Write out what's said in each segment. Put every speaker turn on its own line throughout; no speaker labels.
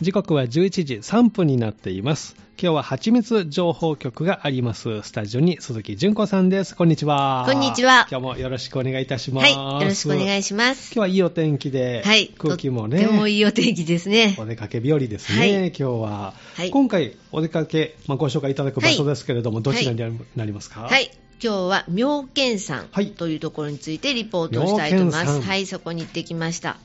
時刻は11時3分になっています今日は蜂蜜情報局がありますスタジオに鈴木純子さんですこんにちは
こんにちは
今日もよろしくお願いいたします
はい、よろしくお願いします。
今日はいいお天気で、
はい、
空気も
と
ね
ってもいいお天気ですね
お。出かけ日和ですね、
はい
今日は、
はい
今回お出かけ、まあ、ご紹介いただく場所
はい
ですけれども、どちらになりなりますか
はい、今日は妙見山
はい
というところについてリポートをしたいと思
妙
いま
見
す。
山
はい、そこに行ってきました。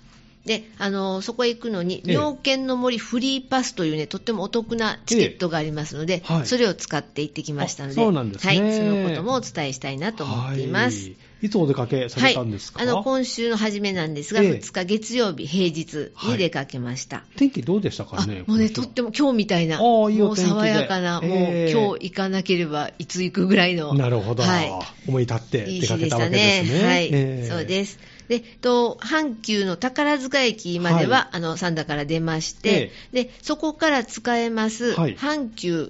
で、あのそこへ行くのに、
ええ
妙見の森フリーパスというね、とってもお得なチケットがありますので、
ええはい
それを使って行ってきましたので、
あそうなんですね
はい、そのこともお伝えしたいなと思っています。
はい、いつお出かけされたんですか、
はい、あの今週の初めなんですが、
ええ
2日月曜日、平日に出かけました。
天気どうでしたかね
あもうね、とっても今日みたいな、
あーいいお
もう
天気で
爽やかな、
ええ
もう今日行かなければいつ行くぐらいの、
なるほど、
はい、
思い立って
いい
出か
日
け
でしたた
わけです
ね
ね。。
はい、
えー
そうです。で、と阪急の宝塚駅までは、あの三田から出まして、でそこから使えます、
はい
阪急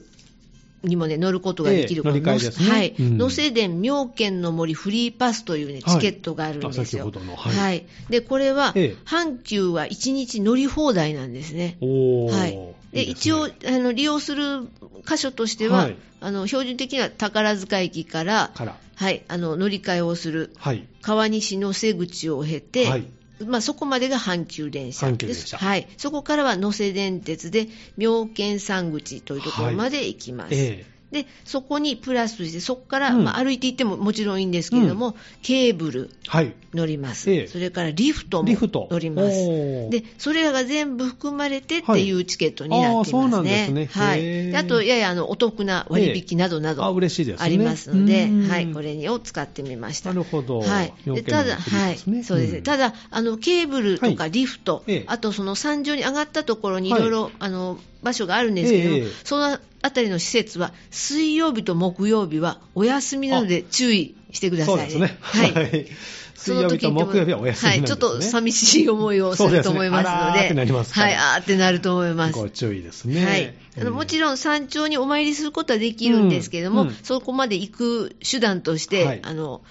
にもね乗ることができる、
ええ乗り換えですね
はい、
うん
能勢殿妙見の森フリーパスというね
はい
チケットがあるん
あ
です
先
よ。
ほどのはい
でこれは、
ええ
阪急は1日乗り放題なんですね。
おー
はい、で
いいす
一
ね
応あの利用する箇所としては、
はい
あの標準的には宝塚駅から
から
はい、あの乗り換えをする
はい
川西能勢口を経て、
はい
まあ、そこまでが阪急電車
阪急電車
ですはい、そこからは能勢電鉄で妙見山口というところまで行きます。
え
でそこにプラスして、そこから、
うん
まあ、歩いて行ってももちろんいいんですけれども、ケーブル
えはい
乗ります、
ええ
それからリフトも
リフト
乗ります
おー
でそれらが全部含まれてっ
は
て
い
いうチケットになってい
あーそう
ま
な
す
んです
ね
ね。
はい
へー
であとややあのお得な割引などなど
あ嬉しいですね
ありますので、
うん
はい、これを使ってみました。
なるほど
はい、
要
で
件
ただ、
のフリー
は
で
い
すねうん
そうですねただあの、ケーブルと
は
かリフト、
ええ
あとその山上に上がったところにい
はい
ろいろあの場所があるんですけども、
ええ
そのあたりの施設は、水曜日と木曜日はお休みなので注意してくださ
そ
いう
ですね
はい
い水
そ
曜
の
日
時
と
に行っても
木曜日はお休みなんですね
はい、ちょっと寂しい思いをすると思います
そうです
の
ねあらーっ
で、
てなりますから
はい、あーってなると思います。
ご注意ですね
はい、あのもち
ろん
ろん山頂にお参りすることはできるんですけれども、
うんうん
そこまで行く手段として、
はい
あの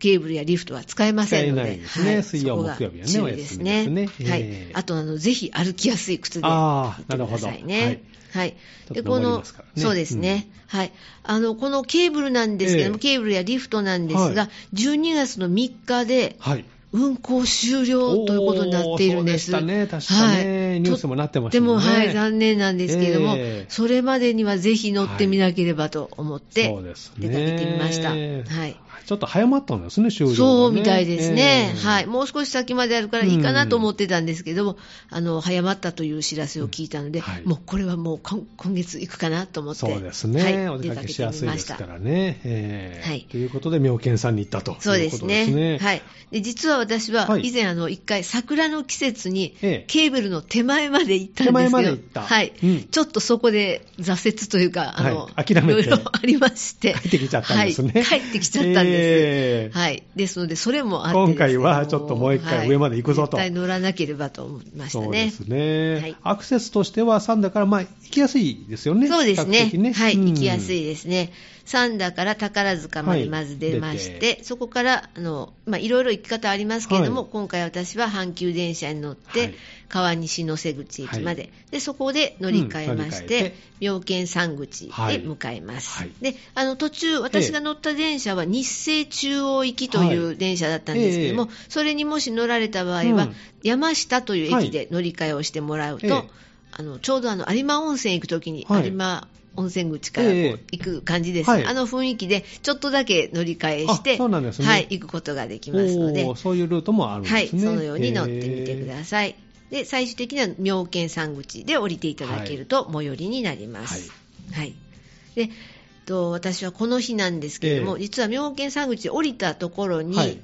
ケーブルやリフトは使えませんの
使えない
で、
ですね水曜
そこが
木曜日はね
注意ですね
お休みですね
はい
ええ
あとあのぜひ歩きやすい靴で
あ
行
ー
っ
な
て
るほど
くださいね。はい、
ちょ
で
っと登
こ
り
の
ますからね
そうですね、はい、あのこのケーブルなんですけれども、
ええ
ケーブルやリフトなんですが、
は
12月の3日で
はい
運行終了ということになっているんです。
おーそうでしたね確かね、
はい
ニュースもなってました
でも、
もんね
はい、残念なんですけれども、
ええ
それまでにはぜひ乗ってみなければと思って、
そうですね
出かけてみました。はい。
ちょっと早まったんですね終了がね
そうみたいですね、
ええ
はい。もう少し先まであるからいいかなと思ってたんですけども、あの、早まったという知らせを聞いたので、
うんはい
もうこれはもう今今月行くかなと思って、
そうですね、
はい、
お出かけしやすいですか
出かけてみま
らね。えー
はい
ということで、妙見さんに行ったというこ
したそ
と
う
で
ですす
ね。
ね。はい。で、実は私
は
は、
い
以前、あの、一回、桜の季節に、
ええ
ケーブルの手前まで行った
手
んですけど、
前まで行った
はい。
うん
ちょっとそこで挫折というか、あの、
はい諦めて
いろいろありまして。
帰ってきちゃったんですね。
はい、帰ってきちゃったんです。
えー
はい、ですので、それもあってですね、
今回はちょっともう一回
は
上まで行くぞと
絶対乗らなければと思いました
そうで
ね。
すね、
はい
アクセスとしては3だから、まあ、行きやすいですよね。
そうです
比較
ね
的
はい、
うん
行きやすいですね、三田から宝塚までまず出まして、
はい
そこからあの、まあ、いろいろ行き方ありますけれども、
はい
今回、私は阪急電車に乗って、
はい
川西能勢口駅まで,、で、そこで乗り換
う
えまし
ん乗り換え
て
て、
妙見山口で向かいます、
はい
であの途中、私が乗った電車は日清中央行きとい
は
う電車だったんですけれども、
え
それにもし乗られた場合は、
うん
山下という駅で乗り換えをしてもらうと、
はいええ
あのちょうどあの有馬温泉行くときに、
はい
有馬温泉口からこう
ええ
行く感じです、
はい
あの雰囲気で、ちょっとだけ乗り換えして、
あそうなんですね
はい、行くことができますので
おー、そういうルートもあるんですね。
はい、そのように乗ってみてく
い。
ださい。で最終的には妙見山口で降りていただけると最寄りになります。はい、でと私はこの日なんですけれども、
え
実は妙見山口で降りたところに、
はい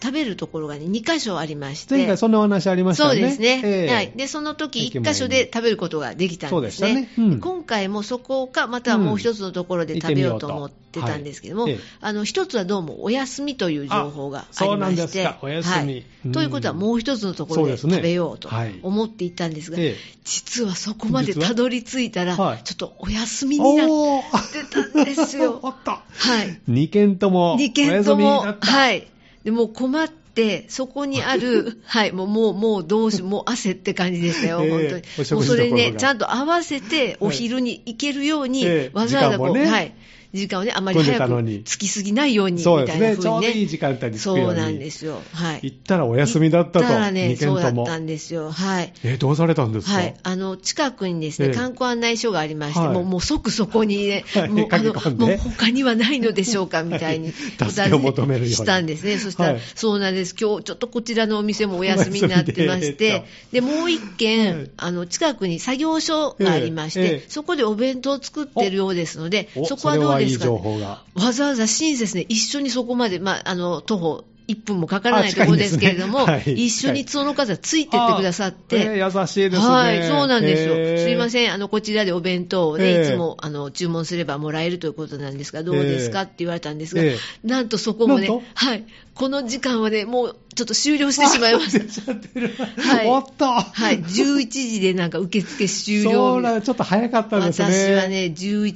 食べるところが、ね、2箇所ありまして、
前回そんなお話ありましたよ
そう
ね。
ですね、
えー
はい、でその時
駅
一
前に
箇所で食べることができたんですね
そうでしたねうん
で今回もそこかまたはもう一つのところで食べようと思ってたんですけども、
うん行ってみよう
あの一つはどうもお休みという情報がありま
あそうなんで
し
す
て
かお休み
はい
うん
ということはもう一つのところで
そうですね
食べようと
はい
思っていたんですが、
ええ
実はそこまでたどり着いたら、
実ははい
ちょっとお休みになっ
おー
てたんです よ
おっと。
はい
2件とも、
2件と
お休みに
も、
なった
はい、でもう困って、って、そこに ある、はい、もう、もう、もう、どうし、もう汗って感じでしたよ、
ええ
本当に。
お食事
もうそれに
どころ
ね、
が
ちゃんと合わせて、お昼に行けるように、
ええ
わざわざこう、
時間もね
はい、時間をね、あまり
混んで
早
た
く
のに
つきすぎないように、み
そうで
た
す
いな
ね
風
ちょ
に
うど
ね。
いい時間帯に着くように
そうなんですよ。はい。
行ったらお休みだったと、
行らね、
2
そ
件
うだ
と
っ
も。
たんですよ。はい。
えどうされたんですか、
はい、あの近くにですね、
ええ
観光案内所がありまして、
はい
もうもう即そこにね、
はい
もうあ
駆
の
け込んで
もう他にはないのでしょうかみたいに、
はい助けを求めるように
したんですね、そしたら、
はい
そうなんです、今日ちょっとこちらのお店もお休みになってま
お
し
休
て、でもう一軒、
はい
あの近くに作業所がありまして、
ええええ
そこでお弁当を作ってるようですので、
お
そこはどう
そ
ですか、
れはいい情報が。
わざわざ親切ね、一緒にそこまで、まあ、あの徒歩1分もかからないところですけれども、
あ近いん ですねはい
一緒にその方、ついてってくださって。
あえー優しいですね。
はい、そうなんですよ。
えー
すいません、あの、こちらでお弁当をね、
ええ
いつも、あの、注文すればもらえるということなんですが、どうです
え
か
え
って言われたんですが、
ええ
なんとそこも
な
ね
んと、
はい、この時間はね、もうちょっと終了してしまいました。
出ちゃってる。
はい
おっと。
はい、11時でなんか受付終了
そう
みたい
だ、
な。
ちょっと早かったですね。
私はね、11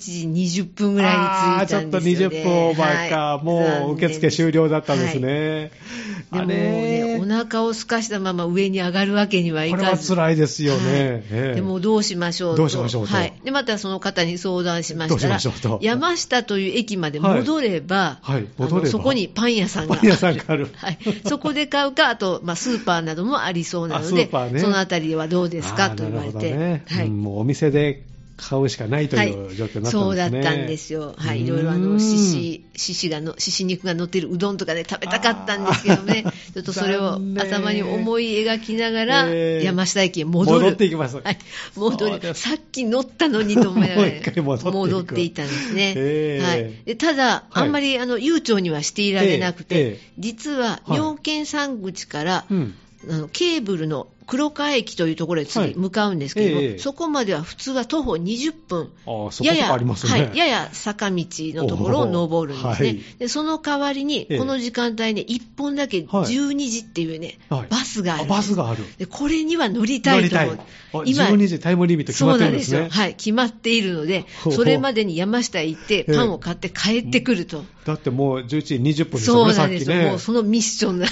時20分ぐらいに着いたんです
あーちょっ
よ、ね。
と20分オーバーか、
はい
もう受付終了だったんです。
残
ね。
念です
あ
はいで
れ
もね、お腹を空かしたまま上に上がるわけにはい
これ
か
は
ず。
辛いですよね。
はい
ええ
でもどうしましょうと。
どうしましょうと
はい。で、またその方に相談しました
どう
ら、
しましょうと
山下という駅まで戻れば、
はいはい
あの
戻れば
そこにパン屋さんがある。
パン屋さんがある
はい。そこで買うか、あと、まあ、スーパーなどもありそうな
あ
の
ス
で
ーパー、ね
そのあたりはどうですか
あー
と言われて、
なるほどね
はい。
うんもうお店で買うしかないという状況になったんですね。
そうだったんですよ、は
う
い、
ん
いろいろあの獅子獅子がの獅子肉が乗ってるうどんとかね、食べたかったんですけ どね
あ、
ちょっとそれを
残念
頭に思い描きながら、
えー
山下駅へ戻る、
戻っていきます
はい、
そう
戻
で
る、
す
さっき乗ったのにと思いながら、
もう一回戻っていく
戻っていたんですね、
えー
はい、でただ、
はい
あんまりあの悠長にはしていられなくて、
えーえー
実は
はい
妙見山口から、
うん。
あのケーブルの黒川駅というところへ
はい
次向かうんですけど、
ええ
そこまでは普通は徒歩20分。
あーそこ
や
そこ
や、
ありますね。
はい、やや坂道のところを登るんですね。
おーはい
で、その代わりに
ええ、
この時間帯ね、1本だけ
はい
12時っていうね、
はい
バスがある
あ
んです。
バスがある。
で、これには乗りたいと思う。
乗りたいあ12時タイムリミット決まってるんです
そう
ね。
なんですよ。はい、決まっているので
ほう、
それまでに山下へ行って、
ええ
パンを買って帰ってくると。
だってもう11時20分ですよ
そ
ね、
う
さ
な
っ
んです
き
よ。も
ね
う。そのミッシ ョンな。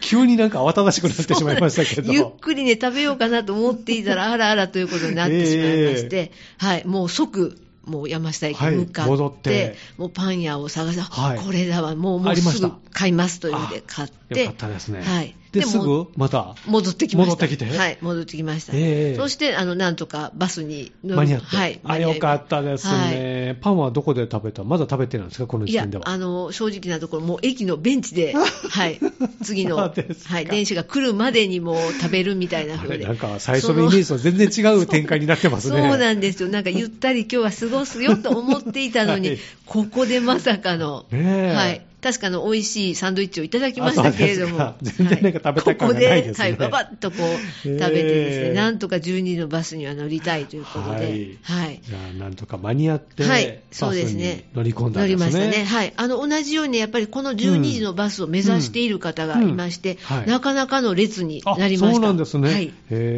急になんか慌ただしくなってしまいましたけど。
ゆっくりね、食べようかなと思っていたら、あらあらということになってしまいまして、はい、もう即、もう山下駅に向か
はい
って、
戻って
もうパン屋を探して、
はい
これだわ、もうも
あ
う
りまし
す
た
ぐ買いますというので買っ
あ
て、
よかったですね。
はい、
で、
も
すぐまた。
戻ってきました。
戻ってきて
はい、戻ってきました。
ええ
そして、あの、なんとかバスに乗る
間に合って、
はい、
あ
間に合
よ
い
か
まし
ったです
はい
ね、パンはどこで食べたまだ食べてないんですかこの
い
時
や
点で、は
あの、正直なところ、もう駅のベン チで、はい、次の、
そうですか
はい、電車が来るまでにもう食べるみたいな
あ
風
れ
で。
なんか最初のイメージと全然違う展開になってますね
そうなんですよ、なんかゆったり今日は過ごすよと思っていたの に、
はい
ここでまさかの、
ねえ
はい、確かの美味しいサンドイッチをいただきましたけれども、
あそうですか全然なんか食べた感がないですね
はい、ここで、はい、ばばっとこう
え
食べてですね、なんとか12のバスには乗りたいということで、はい
じゃあなんとか間に合って、
はいそうですね
バスに乗り込んだん
乗り
ですね
ましたね、はい、あの同じようにやっぱりこの12時のバスを目指している方がいまし
う
て、
んうんはい
なかなかの列に
あ
なりました。
そうなんですね、
はい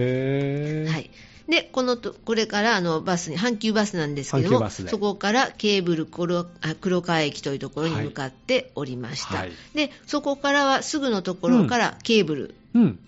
へー
はい、でこのとこれからあのバスに阪急バスなんですけ
阪
ど
急
も
バスで
そこからケーブル黒あ黒川駅というところに向かっておりました、
はい
でそこからはすぐのところからケーブル、
うん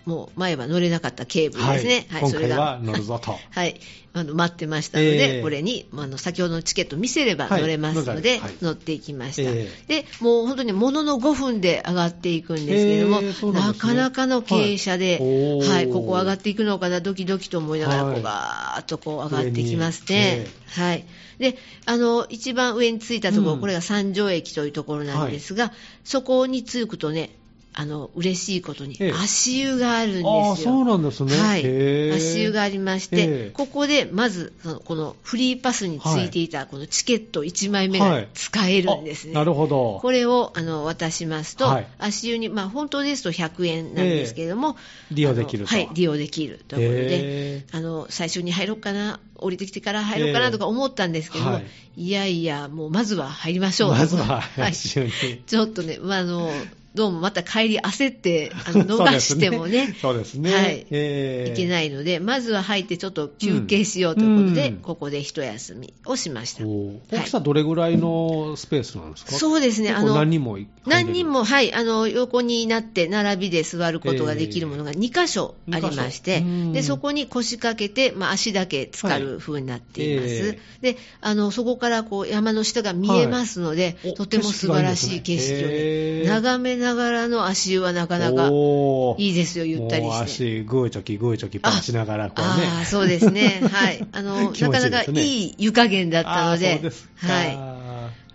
もう前は乗れなかったケーブルですね、
はい
は
今
いそれ
回
が
は乗るぞと
はい、あの待ってましたので、
ええ
これにあの先ほどのチケット見せれば
はい
乗れますので、
乗れはい
乗っていきました、
え
でもう本当にものの5分で上がっていくんですけれども、
ええそうなん
な
ですね
かなかの傾斜で、
はいおー
はいここ上がっていくのかな、ドキドキと思いながら、
はい
こうガーッとこう上がってきますね。はいであの一番上に着いたところ、
うん
これが三条駅というところなんですが、そこに着くとね、あの嬉しいことに
ええ
足湯があるんですよ。
ああそうなんですね、
はい
へー、
足湯がありまし
え
て
え、
ここでまず、そのこのフリーパスについていたこのチケット1枚目
は
が
い
使えるんですね。
あなるほど
これをあの渡しますと、
はい
足湯に、まあ、本当ですと100円なんですけれども、
利用できると
あのはい、利用できるということで、
へ
あの最初に入ろうかな、降りてきてから入ろうか
ええ
なとか思ったんですけども、
はい
い、やいや、もうまずは入りまし
ー
ょうと
まずは
はい
足湯に、
ちょっとね、まあ、あのどうもまた帰り焦ってあ の
そう
逃
です
してもね
そうですね。
はい
えー
いけないので、まずは入ってちょっと休憩しようということで、
うん
ここで一休みをしました。
おー大きさどれぐらいのスペースなんですか、
そうですね、
結
あ
構
の
何、人も入れる
何人も、はい、あの、横になって並びで座ることができるものが2箇所ありまし
二箇所う
て、
ん
で、そこに腰掛けて、まあ、足だけ浸かる風になっています。
はいえ
で、あの、そこからこう山の下が見えますので、
はいお
とても素晴らしい景色を
景色がいいですねへ
ね
ー
眺めながらの足湯はなかなか
おー
いいですよ、ゆったり
もう
して。
足グーチョキグーチョキパンしながらこうね
ああ、そうですね。はい。あの、
気持
な
ちい
か
いですね
なかいい湯加減だったの
あー
で、
そうですか
はい。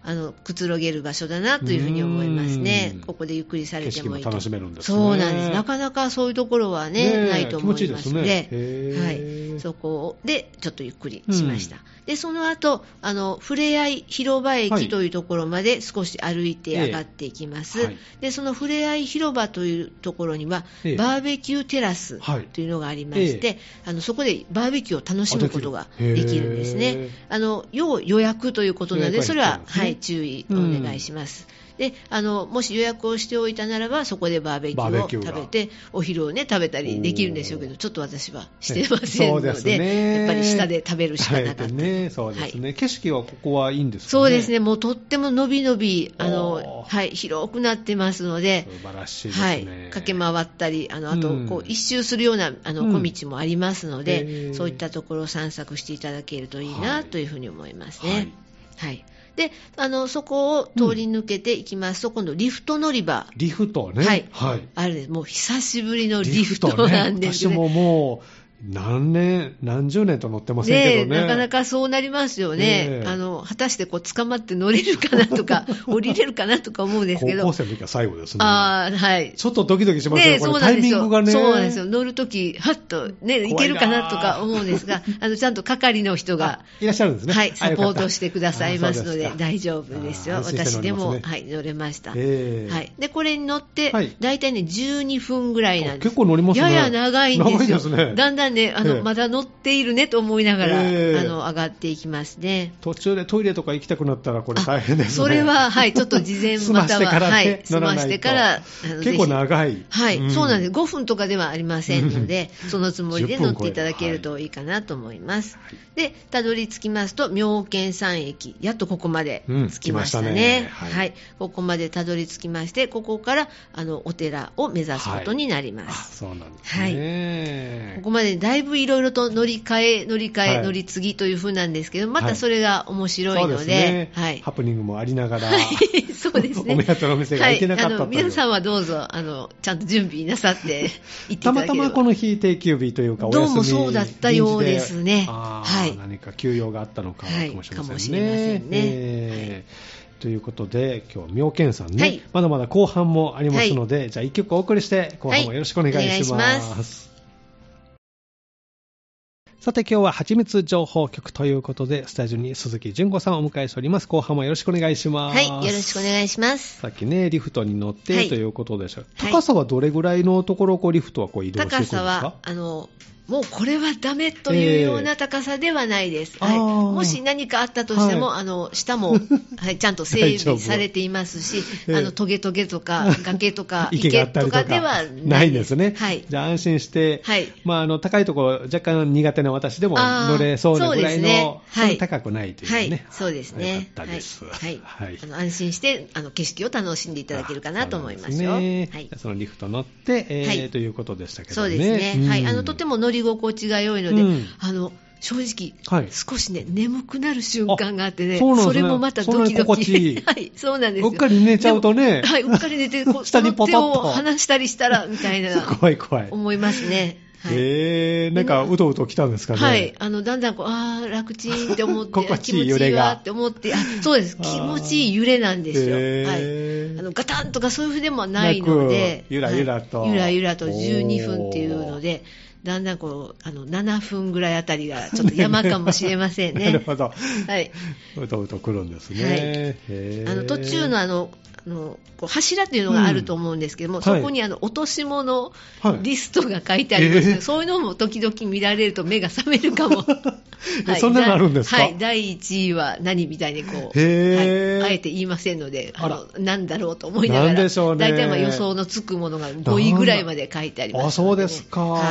あの、くつろげる場所だなというふうに思いますね
うん。
ここでゆっくりされ
景
て
色
も
も
いいと。
楽しめるんですね
そうなんです。なかなかそういうところはね、
ねえ
ないと思いますので
気持ちいいですねへえ
はい。そこで、ちょっとゆっくりしました。で、その後、あの、ふれあい広場
はい
駅というところまで少し歩いて上がっていきます。
ええはい
で、そのふれあい広場というところには、
ええ
バーベキューテラス
はい
というのがありまして、
え
あのそこでバーベキューを楽しむことが
あできる
できるんです
へ
ね
ー。
あの、要予約ということなの
予
で、
約
そ
が必要
れ
な
は
ん、ですね
はい、注意お願いします。であのもし予約をしておいたならば、そこでバーベキュ
バーベキュー
ーを
が
食べて、お昼をね、食べたりできるんでしょうけ
お
ど、
ー
ちょっと私はしてません
そ
の
う
で、
すね
やっぱり下で食べるしかなか
あ
っ
え
た。
てねそうですね、景色はここはいいんですかね
そうですね、もうとっても伸び伸び、あ
お
の、
ー
はい、広くなってますので
素、晴らしいです
はい
ね、、
駆け回ったり、あのあと
うん
こう一周するようなあの
うん
小道もありますので、
へー
そういったところを散策していただけるといい
はい
なというふうに思いますね。はいであのそこを通り抜けていきますと、今度、リフト乗り場、
リフトね
はい
はい、
あるんです、もう久しぶりのリフトなんです
ね、私
ね。
ももう何年何十年と乗ってませんけどね
なかなかそうなります
ね
よね、
え
あの果たしてこう捕まって乗れるかな とか、降りれるかなとか思うんですけ
高校
ど、
生の時は最後ですね
あーはい、
ちょっとドキドキしますよ、
ね、
こ
そう
れ
な
タ
ん
イ
です
ミン
よ。
グがね。
そうなんですよ。乗るとき、はっと
怖
ね、
いない
けるかなとか思うんです が、あの、ちゃんと係の人が
あ、いらっしゃるんですね。
はい、
あ
サポートしてくださいますの
よ
で
かっ、た
大丈夫ですよ。
あ安心して乗れ
私で
ますね
も、はい、乗れました。
ええ
はい。で、これに乗って
はい、
大体ね、12分ぐらいなん
あ
です。
結構乗りますね
やや長いんですよ。
長いですね
だんだんね、あ
ええ
の、まだ乗っているねと思いながら、あ
ええ
の、上がっていきますね。
途中でトイレとか行きたくなったら、これ
あ
大変ですね。
それは、はい、ちょっと事 前
済
ま
ましたてか
は、
ら
は
ね
い、、済ましてから、あ
乗らな
の
いと
ぜ
結
ひ
構長い。
はい、そうなんです
す。
5分とかではありませんので、そのつもりで
10分
乗っていただけるといいかなと思います。で、たどり着きますと、妙見山駅、やっとここまで
うん
着きましたね。
来ましたねは
はいい、ここまでたどり着きまして、ここからあのお寺を目指すことになりま
あ
す。
そうなんですね。
ここまでだいぶいろいろと乗り換え、乗り換え、
はい
乗り継ぎという風なんですけど、ま
はい
たそれが面白い
そう
の
で
で、
すね、
はい。
ハプニングもありながら、
そうですね。
お目当てのお店が開いてなかったという
はい、あの皆さんはどうぞ、あの、ちゃんと準備なさって、行ってい
た
ただ
ま
ければ。
たまこの非定休日というか、お休
ど
み
うもそうだったようですね
臨時あー
はい
何か休養があったのか
はい
もしれませんね。
かもしれませんね
えーということで、今日、妙見さんね、
はい
まだまだ後半もありますので、じゃあ一曲お送りして、後半もよろしくお願いします。
はいお願いしま
さて今日は蜂蜜情報局ということで、スタジオに鈴木純子さんをお迎えしております。後半もよろしくお願いします。
はい、よろしくお願いします。
さっきね、リフトに乗って、
はい
ということでした。
はい
高さはどれぐらいのところをこうリフトはこう移動していくん
高
ですか
さは、あの、もうこれはダメというような高さではないです。はい、
あー
もし何かあったとしても、
は
あの、下
、
も、はい、ちゃんと整備されていますし
大丈夫、
あの、トゲトゲとか、崖とか
池があったりとか
池では
ないんですね。
はい。
じゃあ安心して、
はい
まあ、あの高いところ若干苦手な私でも
あー
乗れそうなぐらいの、
そうですねはい
そんな高くないというね。
はい、そうですね。
よかったです。
はい、
は
はいい、あの安心してあの景色を楽しんでいただけるかなと思いますよ。
そうなんですね
はい
じゃあ。そのリフト乗って、えー
はい
ということでしたけどね。
そうですね。はい、あのとて
も
も乗り心地が良いので、
うん
あの正直、
はい
少しね眠くなる瞬間があって
あ
ね、
そうなんですね
れもまたドキド
そんなに心地いい
キ。 はい、そうなんです
う
よ。
っかり寝ちゃうとね
でもはい、うっかり寝て、こ う
下
そ
に
の
ポ
手
トッと
を離したりしたらみた いな
怖い怖い。
思いますね。はい。
えー、なんかうとうと来たんですかね。
はい、あのだんだんこうあー楽ちんって思っ て
心地いい揺
気持ちい
れ
い
が
わって思ってあそうで す
あ
気
ー
持ちいい揺れなんですよ、
へー
はい、あのガタンとかそういうふうでもないの
な
で
くゆらゆらと
はいゆらゆらと12分っていうのでだんだんこうあの7分ぐらいあたりがちょっと山かもしれません
な
ね
る。ほど。
はい、
うとうと来るんですね。
はい
へー
あの途中のあのあのこう柱というのがあると思うんですけども、
うん
そこにあの落とし物
はい
リストが書いてありますので、
えー
そういうのも時々見られると目が覚め るかも。
えそんなのあるんですか
はい、第1位は何みたいにこう、
へー
はいあえて言いませんので、あ
あら
のなんだろうと思いながら、
なんでしょうね
大体まあ予想のつくものが5位ぐらいまで書いてありますの
あそうですか
はい、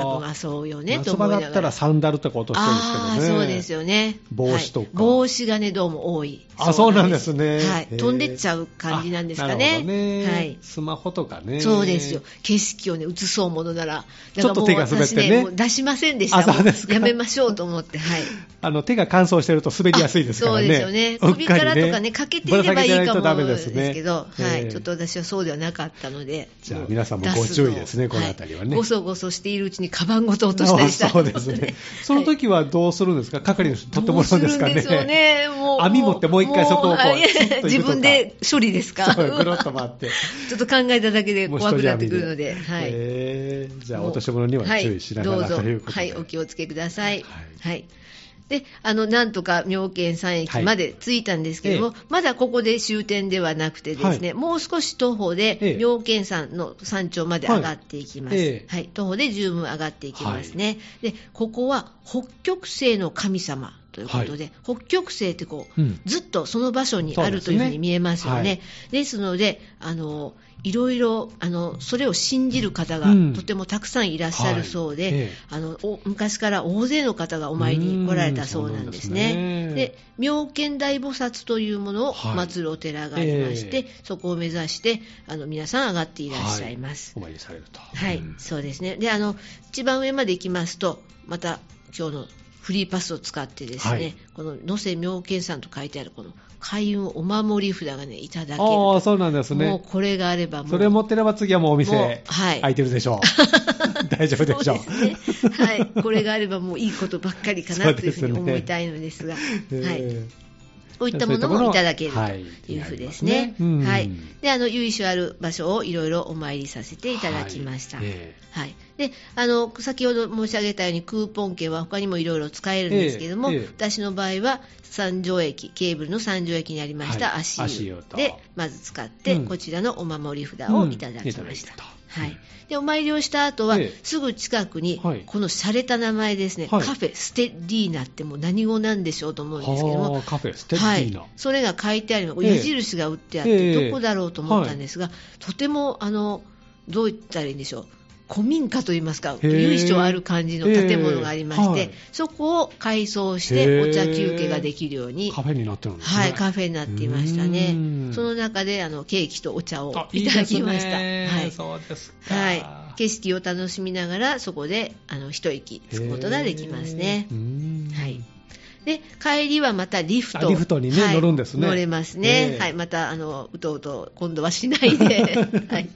あ多分あそうよねと
夏
思
場
いな
だ
がら。
ったらサンダルとか落としてるんですけどね。
ああーそうですよね
帽子とか
はい帽子がねどうも多い
あ、そうなんですね。
はい、
へー
飛んでっちゃう感じなんですか
あ
ね
なるほどね。
はい
スマホとかね。
そうですよ。景色をね、映そうものなら、だ
ちょっと手が滑ってね
私もう出しませんでした。
あそうですか
もうやめましょうと思っ て、はい。
あの手が乾燥してると滑りやすいですからね。
そうですよね。首からとかね、かけていればいいかも
ぶら下げてないとダメ
で
です
す
ね。
けど、
え
は
ー
い。ちょっと私はそうではなかったので。
じゃあ皆さんもご注意ですね
出
この辺りはね
いごそごそしているうちに、カバンごと落としたりした
あ
ら
そうですね。その時はどうするんですか。係の人に取ってもらうんですかね。
どうするんでしょうねもう
網持ってもう一回そこをこう
もあいや
スッと行くとか
自分で処理ですか。
そうぐるっと回って。
ちょっと考えただけで
もう
怖
一
く
人
なっ
網
てくるので、はい。
へーじゃあ落とし物には注意しなが
は
ら
いどうぞ
ということで。
はい、お気をつけください。
はい
はい。で、あの、なんとか妙見山駅まで着いたんですけども、
はい
まだここで終点ではなくてですね、
は
もう少し徒歩
え
で
え
妙見山の山頂まで上がっていきます。
は
はいい、
ええ
徒歩で十分上がっていきますね。で、ここは北極星の神様。ということで、北極星ってこう、
うん
ずっとその場所にある
そ
と
う
い
ですね
うふうに見えますよね。
はい
ですので、あの、いろいろ、あの、それを信じる方が
うん
とてもたくさんいらっしゃるそうで、
はいええ
あのお昔から大勢の方がお参りに来られたそうなんです
うーんそうなんですね
ね。で妙見大菩薩というものを
はい
祀るお寺がありまして、
ええ
そこを目指してあの皆さん上がっていらっしゃいます。
お参りされると。
はい、
うん
そうですね。で、あの、一番上まで行きますと、また今日のフリーパスを使ってですね、
はい
この野瀬妙見山と書いてあるこの開運お守り札がね、いただける
ああ
と。
そうなんです
もう
ね。
これがあればもう
それを持ってれば次はもうお
も
店
うはい
開いてるでしょう。 大丈夫でしょう。
そうです ね。はい。これがあればもういいことばっかりか
そ
な
う
と
です
い
ね
うふうに思いたいのですが、はい。
えー
こういったものもいただける
は
と
い
いうふうですね。
いいですねうん
はい。で、あの、由緒ある場所をいろいろお参りさせていただきました。
は
はいい。
え
で、あの、先ほど申し上げたようにクーポン券は他にもいろいろ使えるんですけども、
ええええ
私の場合は三条駅、ケーブルの三条駅にありま
は
した
い
足湯,、
足湯と
で、まず使って、
うん
こちらのお守り札
ー
を
うん
いただきました。
いただ
はい、でお参りをした後は、
ええ
すぐ近くに、
はい
この洒落た名前ですね、
はい
カフェステッリーナってもう何語なんでしょうと思うんですけど
は
も
あ、カフェステッキーな。
はい、それが書いてあるの
ええ
矢印が打ってあって、
ええ
どこだろうと思ったんですが、とてもあのどう言ったらいいんでしょう古民家といいますか
へえ
由緒ある感じの建物がありまして、
ええはい
そこを改装し
へえ
てお茶休憩ができるように。
カフェになってるんですね。
はい、カフェになっていました
うー
ね
ん。
その中であのケーキとお茶を
あい
い
いで
た
すね
だきました。はい、
そうですか。
はい、景色を楽しみながらそこであの一息つくことができますね
へー。う。ん
はいで帰りはまたリフト
あリフトにね
はい
乗るんですね
乗れますね、
ええ
はい、またあのうとうと今度はしな いで、はい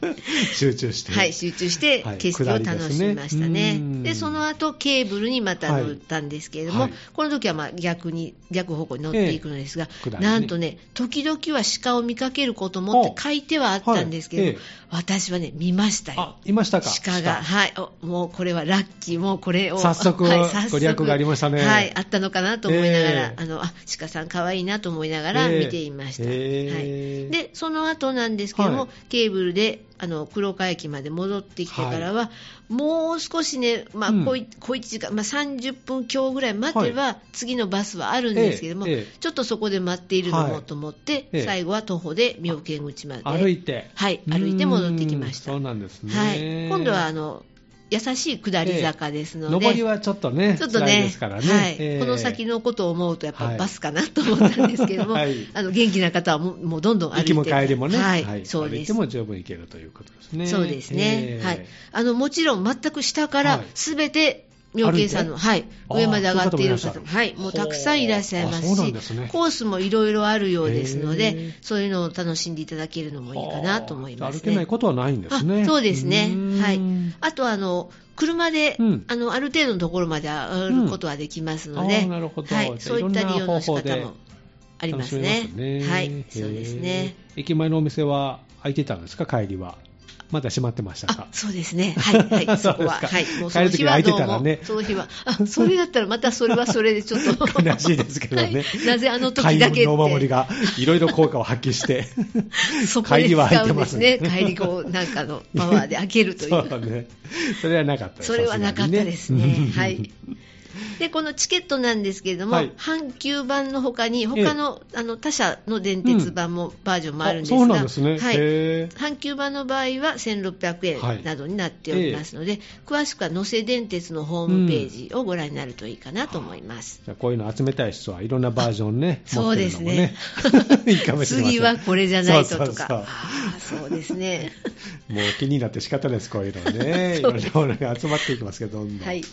集中して。
はい、集中して
はい
景色を楽しみま
下
した
りです
ね、
ねうん
でその後ケーブルにまた乗ったんですけれども、
はい
この時はまあ逆に逆方向に乗っていくのですが、
ええ下りね
なんとね、時々は鹿を見かけることもって書いてはあったんですけど、
はいええ
私はね、見ましたよ。
あ、いましたか。
鹿が、はい、おもうこれはラッキー、もうこれを、
早速
はい
ご利益がありましたね
はい、あったのかなと思いながら、
ええ
あのあ鹿さん、可愛いなと思いながら
ええ
見ていました。
ええ
はい、で、その後なんですけども、
はい
ケーブルであの黒川駅まで戻ってきてからは、もう少しね、まあ
うん
小い小1時間、まあ、30分強ぐらい待てば、次のバスはあるんですけども、
ええええ
ちょっとそこで待っているの
は
も
い
と思って、
ええ
最後は徒歩で妙見口まで
歩いて。
はい、歩いて戻ってきました
うーん。そうなんですね。
はい、今度はあの優しい下り坂ですので、
上りはちょっとね、
ちょっと
辛い
ね
ですからね。
はい
えー
この先のことを思うと、やっぱ
はい
バスかなと思ったんですけども、
はい
あの元気な方はもうもうどんどん歩い
行
て
きも帰りもね、
はい
はい
そう
歩
で
いて。
す
も十分行けるということですね。
そうですね、
えー
はい、あのもちろん全く下から
はい
すべて妙見さんの、はい、
あー
上まで上がっている
そういう方
方
もいらっしゃる
はい、もうたくさんいらっしゃいます
ほうあ
し
そうなんですね
コースもいろいろあるようですの
へ
で
ー、
そういうのを楽しんでいただけるのもいいかなと思います、ね、
歩けないことはないんですね。
あそうですね
うーん
はいあとはあの車で、
うん
あのある程度のところまで上がることはできますの
あ
で、
ーなるほど。
は
じゃ
い、
あ
そういった利用の仕
いろ
方
んな方
も
法で
あります
楽
ね
しめますね
はいそうですね。
へー駅前のお店は開いてたんですか、帰りは。まだ閉まってました
あ
か
そうですね、はい、はい、そこ は、
そうですか
はい、
帰る時開いてたらね
どうもその日は、あそれだったらまたそれはそれでちょっと
悲しいですけどね、
はいなぜあの時
開
だけって
運のお守りがいろいろ効果を発揮 して、
そこで
帰りは
使
空い
う
て
んで
ますす
ね
ね
帰りこうなんかのパワーで開けるとい
そうだ
う
ね、それはなかった
それはなかったですね
さ がに
はいでこのチケットなんですけれども、
はい
阪急版の他に他の,、あの他社の電鉄版も、バージョンもあるんですが
そうなんですね、
はい、
へー
阪急版の場合は1600
は
円
い
などになっておりますので、詳しくは能勢電鉄のホームページをご覧になるといいかなと思います。
じゃあこういうの集めたい人はいろんなバージョンね、
そ
持
う
って
で
る
す
のも
ね
ね、 いいかもしれません
次はこれじゃないとと
そう
か、
そうそう
ああ、そうで すね。
もう気になって仕方ないです、こういうの ね、いろんなものが集まっていきますけど、どんどん。
はい、
そ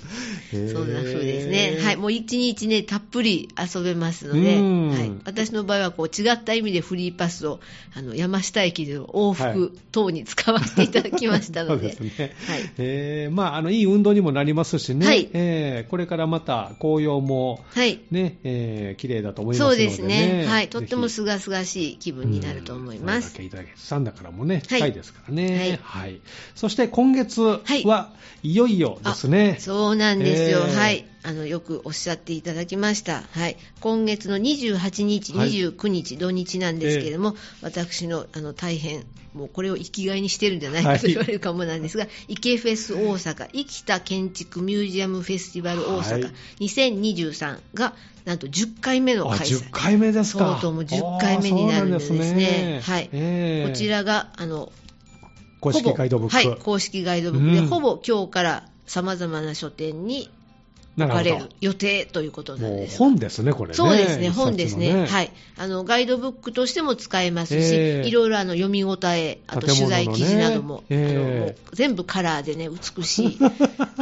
そんな風ですね、はい、もう一日ね、たっぷり遊べますので、
うん
はい、私の場合はこう違った意味でフリーパスをあの山下駅での往復等に使わせていただきました
そ
の
う
で、
ですね。
はい
えーまあ、あの、いい運動にもなりますしね。
はい
えーこれからまた紅葉も、
はい、
ね、えー綺麗だと思いますの
そう
で、ね。
ですね、はい、とっても
ぜ
すがすがしい気
ひ
分になると思いま
うん
す
そ。れだけいただけサンだからもね、近いですから
は
ね
い。
はい。そして今月は、
はい
い、よいよですね。
そうなんですよ、
えー
はいあの、よくおっしゃっていただきました、はい、今月の28日、
はい
29日、土日なんですけれども、私のあの大変、もうこれを生きがいにしてるんじゃない
は
か
い
と言われるかもなんですが、池フェス大阪、生きた建築ミュージアムフェスティバル大
は
阪
い
2023が、なんと10回目の
あ
開催
10。回目ですか。
そうとも10回目になるんですね
あーそう
はい
えー
こちらがあの
公式ガイドブック。
ほぼはい、公式ガイドブックで、
うん
ほぼ今日からさまざまな書店に
な
置かれ
るほ
る予定ということ
ど。
なん
も
で
う
す。
本ですね、これね。
そうですね、
一冊の
本ですねはいあの、ガイドブックとしても使えますし、
ええ
いろいろあの読み応え、あと取
建物の
材
ね
記事なども、
ええ
あのもう全部カラーでね、美しい、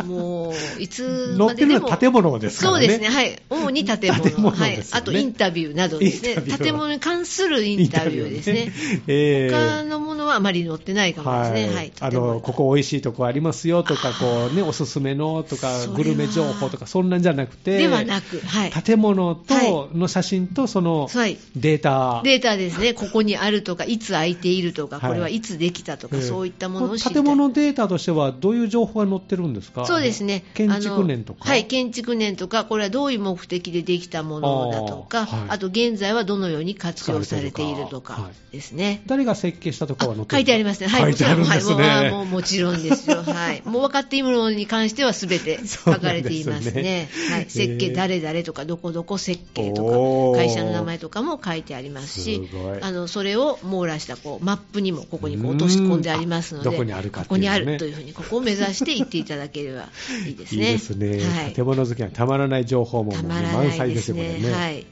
もういつ
乗
ま
ってる
でで
の
も、
は建物ですから
そう
ね。
です ね、はい、主に建物、
建物ですよ
は
ね
い、あとインタビューなどです
イン
ね
タビュ、ー
建物に関するインタビューですね。
ええ
他のものはあまり載ってないかもですね、はい
あ
建物
のここ美味しいとこありますよとか、こうね、おすすめのとか
それは、
グルメ情報とか、そんなんじゃなくて、
ではなく、はい、
建物
は
との写真と、その
はい
データ、
データですね、ここにあるとか、いつ空いているとか、
はい
これはいつできたとか、
ええ
そういったものを知りた
建
い
物データとしては、どういう情報が載ってるんですか、
そうですね、
建築年と
あ
か、
のはい、建築年とか、これはどういう目的でできたものだとか、あ,、
あーはい
と現在はどのように活用されていると
使わ
か
れてるか
ですね。
誰が設計したとかは載っ
書
てる
いてありますね。はい、
書いてあるん
も
で
ちろ
す
んはい、もうあー
ね。
もうもちろんですよ。はい。もう分かっているものに関してはすべて書かれていま
そ
す
うなん
ね
で。すね
はい。設計
えー
誰々とか、どこどこ設計と
お
か、
ー
会社の名前とかも書いてありますし
すごい、
あの、それを網羅したこう、マップにもここにこう落とし込んでありますので、
うんどこにあるかって
ここ
いう
に
の
あ
ね
るというふうに、ここを目指して行っていただければいいです
いい
ね。
ですね、
はい。
建物好きにはたまらない情報も
た
もう
まらな
満
い
載
で
ですすよ、これ
ね。
ね。
はい。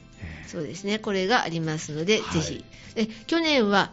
そうですね。これがありますので、
はい
ぜひ。え去年は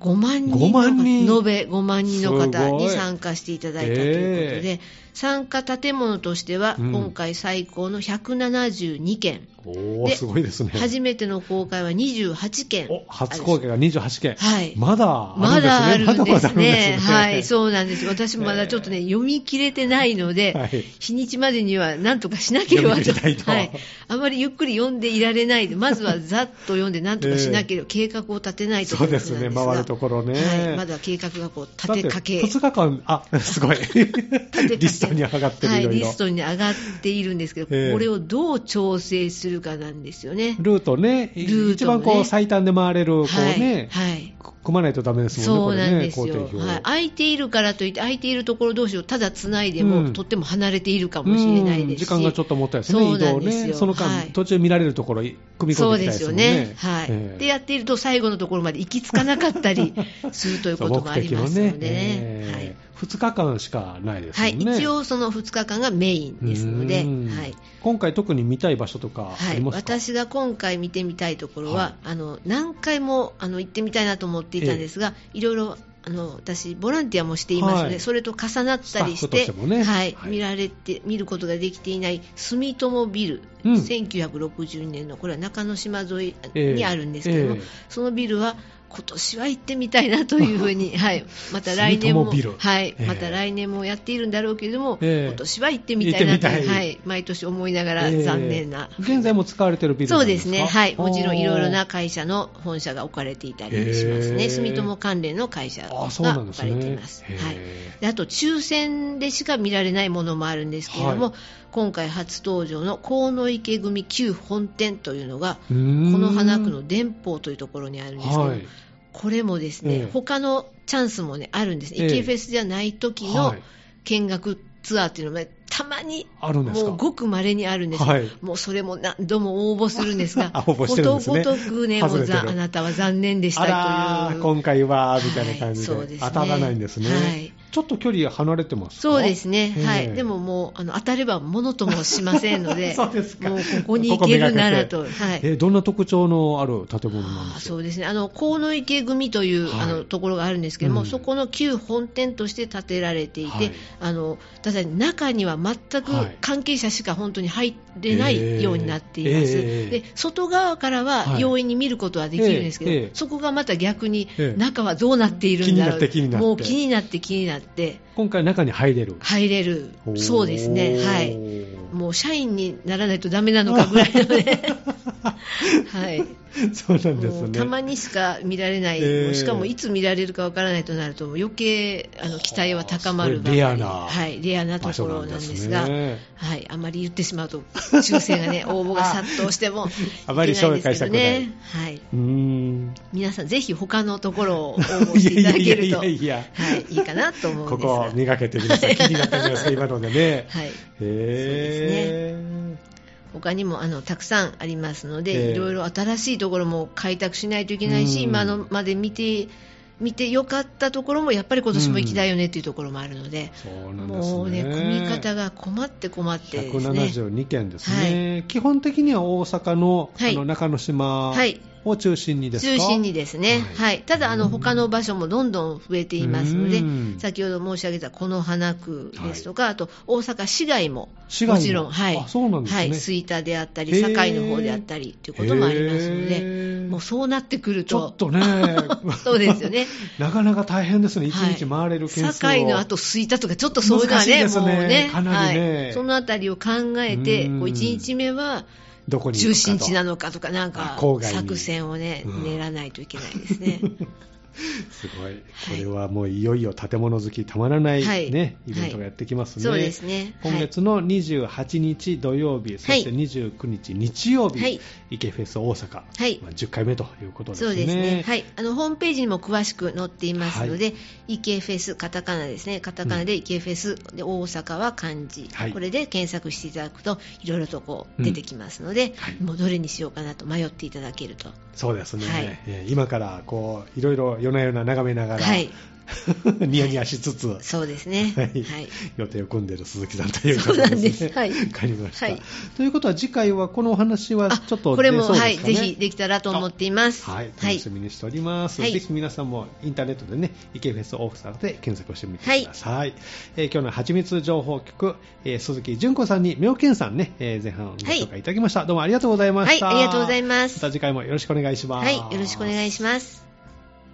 5万人の
5万人
延べ5万人の方に
すごい
参加していただいたということで、
え
参加建物としては、
うん
今回最高の172件、
おー
です
ごいですね。
初めての公開は28件
お初公開が28件、
はい
まだあ
まだあ
るんですね、
るんですね。
まだあ
は
るん
い、
ですね
そうなんです。私もまだちょっとね、読み切れてないので、
はい
日にちまでにはなんとかしなければ
読み切りたいと
はい。あまりゆっくり読んでいられないで、まずはざっと読んでなんとかしなければ、計画を立てないと
そうです
とい
ね、
ことなん
回るところね。
はい、まだ計画がこう立てかけ。
だって2日間、あ、すごい。
立てかけ
リストに上がってる、
はいい、
ろい
リ
ろ
ス。トに上がっているんですけど、
ええ
これをどう調整するかなんですよね。
ルートね、
ートもね
一番こう最短で回れる、こう
はい、
ね、
はい。
組まないとダメですも
そうんなんで
ね、
す
これね、
よ、
工程表。
はい、空いているからといって、空いているところ同士をただつないでも、
うん
とっても離れているかもしれない
うん
ですし、
時間がちょっともったいですね、
そう
移
な
動
んですよ
ね、その間、
はい
途中見られるところ、組み
そ
込ん
う
でいきたいで
で
すす
よ
もん
ね
ね。、
はい
ええ
でやっていると最後のところまで行き着かなかっ たりするということもあります
目
のでね。
的の
は
え
い
え2日間しかないです
は
も
い、
んね。
一応その2日間がメインですので、
うん
はい
今回特に見たい場所とかあ
は
り
い、
ますか、
私が今回見てみたいところは、
はい
あの何回もあの行ってみたいなと思っていたんですが、いろいろあの私、ボランティアもしていますので、
はい
それと重なったりし
スタッ
て
フとしてもね
はい
はい
見られて見ることができていない住友ビル、
うん
1962年のこれは中之島沿い
ええ
にあるんですけども、
ええ
そのビルは今年は行ってみたいなというふ うに、はい、また来年も
住友ビル
はい
ええ
また来年もやっているんだろうけれども、
ええ
今年は行ってみたいなと
行ってみたい
はい、毎年思いながら
えー
残念な、
現在も使われてるビル
そ
な
うん
で
ですす
か
ね、はい、もちろんいろいろな
あ
会社の本社が置かれていたりしま
へ
すね、
ー
住友関連の会社が
ーあ
置
そうなんで
か
す
れ
ね
ています。
へー
はいであと抽選でしか見られないものもあるんですけれども、
はい
今回初登場の河野池組旧本店というのが
うー
こ
ん
の花区の伝報というところにあるんですけど、
はい
これもですね、
ええ
他のチャンスも、ね、あるんです、
ええ
池フェスじゃない時
は
の
い
見学ツアーっていうのもね、たまに
あるんです
も
か
うごくまれにあるんです、
はい
もうそれも何度も応募するんですが、
あ応募してるんですね
ことごとくね、も
外れ
う
てる
ざあなたは残念でした
あ
と
ら
いう。
ー今回はみたいな感じで,、
はいそうですね
当たらないんですね、
はい
ちょっと距離離れてますか
そうですね、
ええ
はい、でももうあの当たればものともしませんので、
そうですか
もうここに行けるなら、
こと
はい、
えどんな特徴のある建物なん
あ
で
ー
すか
そうですね、あの河野池組という、
はい
あのところがあるんですけども、
うん
そこの旧本店として建てられていて、
はい
あのただ中には全く
はい
関係者しか本当に入れないようになっています、
えーえー
で外側からは
はい
容易に見ることはできるんですけど、
えーえー
そこがまた逆に
え、ー
中はどうなっているんだろう、
気になって気になって
もう気になって気になって、
今回中に入れる
入れる、そうですね、はい。
い
もう社員にならないとダメなのかぐらい のね、はい、
そうなんです
もう
ね
たまにしか見られない、
ええ
しかもいつ見られるかわからないとなると、余計あの期待は高まるばかり
はあすごいレアな
はい、レアなところなんです
場
が、
所なんですね、
はい、あまり言ってしまうと、抽選がね、応募が殺到しても
あまり
いけないんですけど
紹介
ね
した
はい、
うーん
皆さん、ぜひ他のところを応募していただけると、
いやいやいやいや
はい、いいかなと思うん
こ
ですが。
こ磨けてください気になったんじゃないですか今のでね
はい
へー
他にもあのたくさんありますの
え
で、
え
いろいろ新しいところも開拓しないといけないし、
うん
今のまで見て見てよかったところもやっぱり今年も行きたいよねっていうところもあるので、
そうなんですね
もうね組み方が困って困ってですね。
172件ですね、基本的には大阪の,、
はい
あの中之島
はい
を中心にですか、
中心にですね、
は
はいいただあの、他の場所もどんどん増えていますので
うん、
先ほど申し上げたこの花区ですとか、あと大阪市外も、
市外も
もちろん、はい
あそうなんですね
はい、吹田であった
へ
り、
ー
堺の方であったりということもありますの
へ
で、
ー
もうそうなってくる
ちょ
と
っ、とね
そうですよね。
なかなか大変ですね、一
はい
日回れる件数を、
堺の後、吹田とか、ちょっとそういうのはね、
難しいですね
もうね、
かなりね
はい、そのあたりを考えて、
うん
こう1日目は
どこに行くかと
中心地なのかとか、なんか
あ郊外に
作戦をね、
うん
練らないといけないで すね。
すごい、これはもういよいよ建物好きたまらない、
はい
ね
はい
イベントがやってきますね。
そうですね。
今月の28日土曜日、そして29日日曜日、
はい
池フェス大阪、
はい
まあ、10回目ということですね。
そうですね、はい、あのホームページにも詳しく載っていますので、池フェス、カタカナですね、カタカナで池フェス、で大阪は漢字、
はい
これで検索していただくと、いろいろとこう出てきますので、
はい
もうどれにしようかなと迷っていただけると、
そうですね、
はい
えー今からこういろいろ夜な夜な眺めながら、
はい
ニヤニヤしつつ、
そうですね。
はい
はい
予定を組んでいる鈴木さんというこ
そう
と
なん
で
ですす
ね。
はい
わかりました、
はい
ということは次回はこのお話は
あ
ちょっと
これも、
出そうですか
は
ね
い、ぜひできたらと思っています。
はい、楽しみにしております、
はい
ぜひ皆さんもインターネットでね、イケフェスオフサーで検索してみてください。えー今日の蜂蜜情報局、えー鈴木純子さんに、妙見さんね、えー前半ご紹介いただきました、どうもありがとうございました。
はいありがとうございます
また次回もよろしくお願いします。
はい、よろしくお願いします。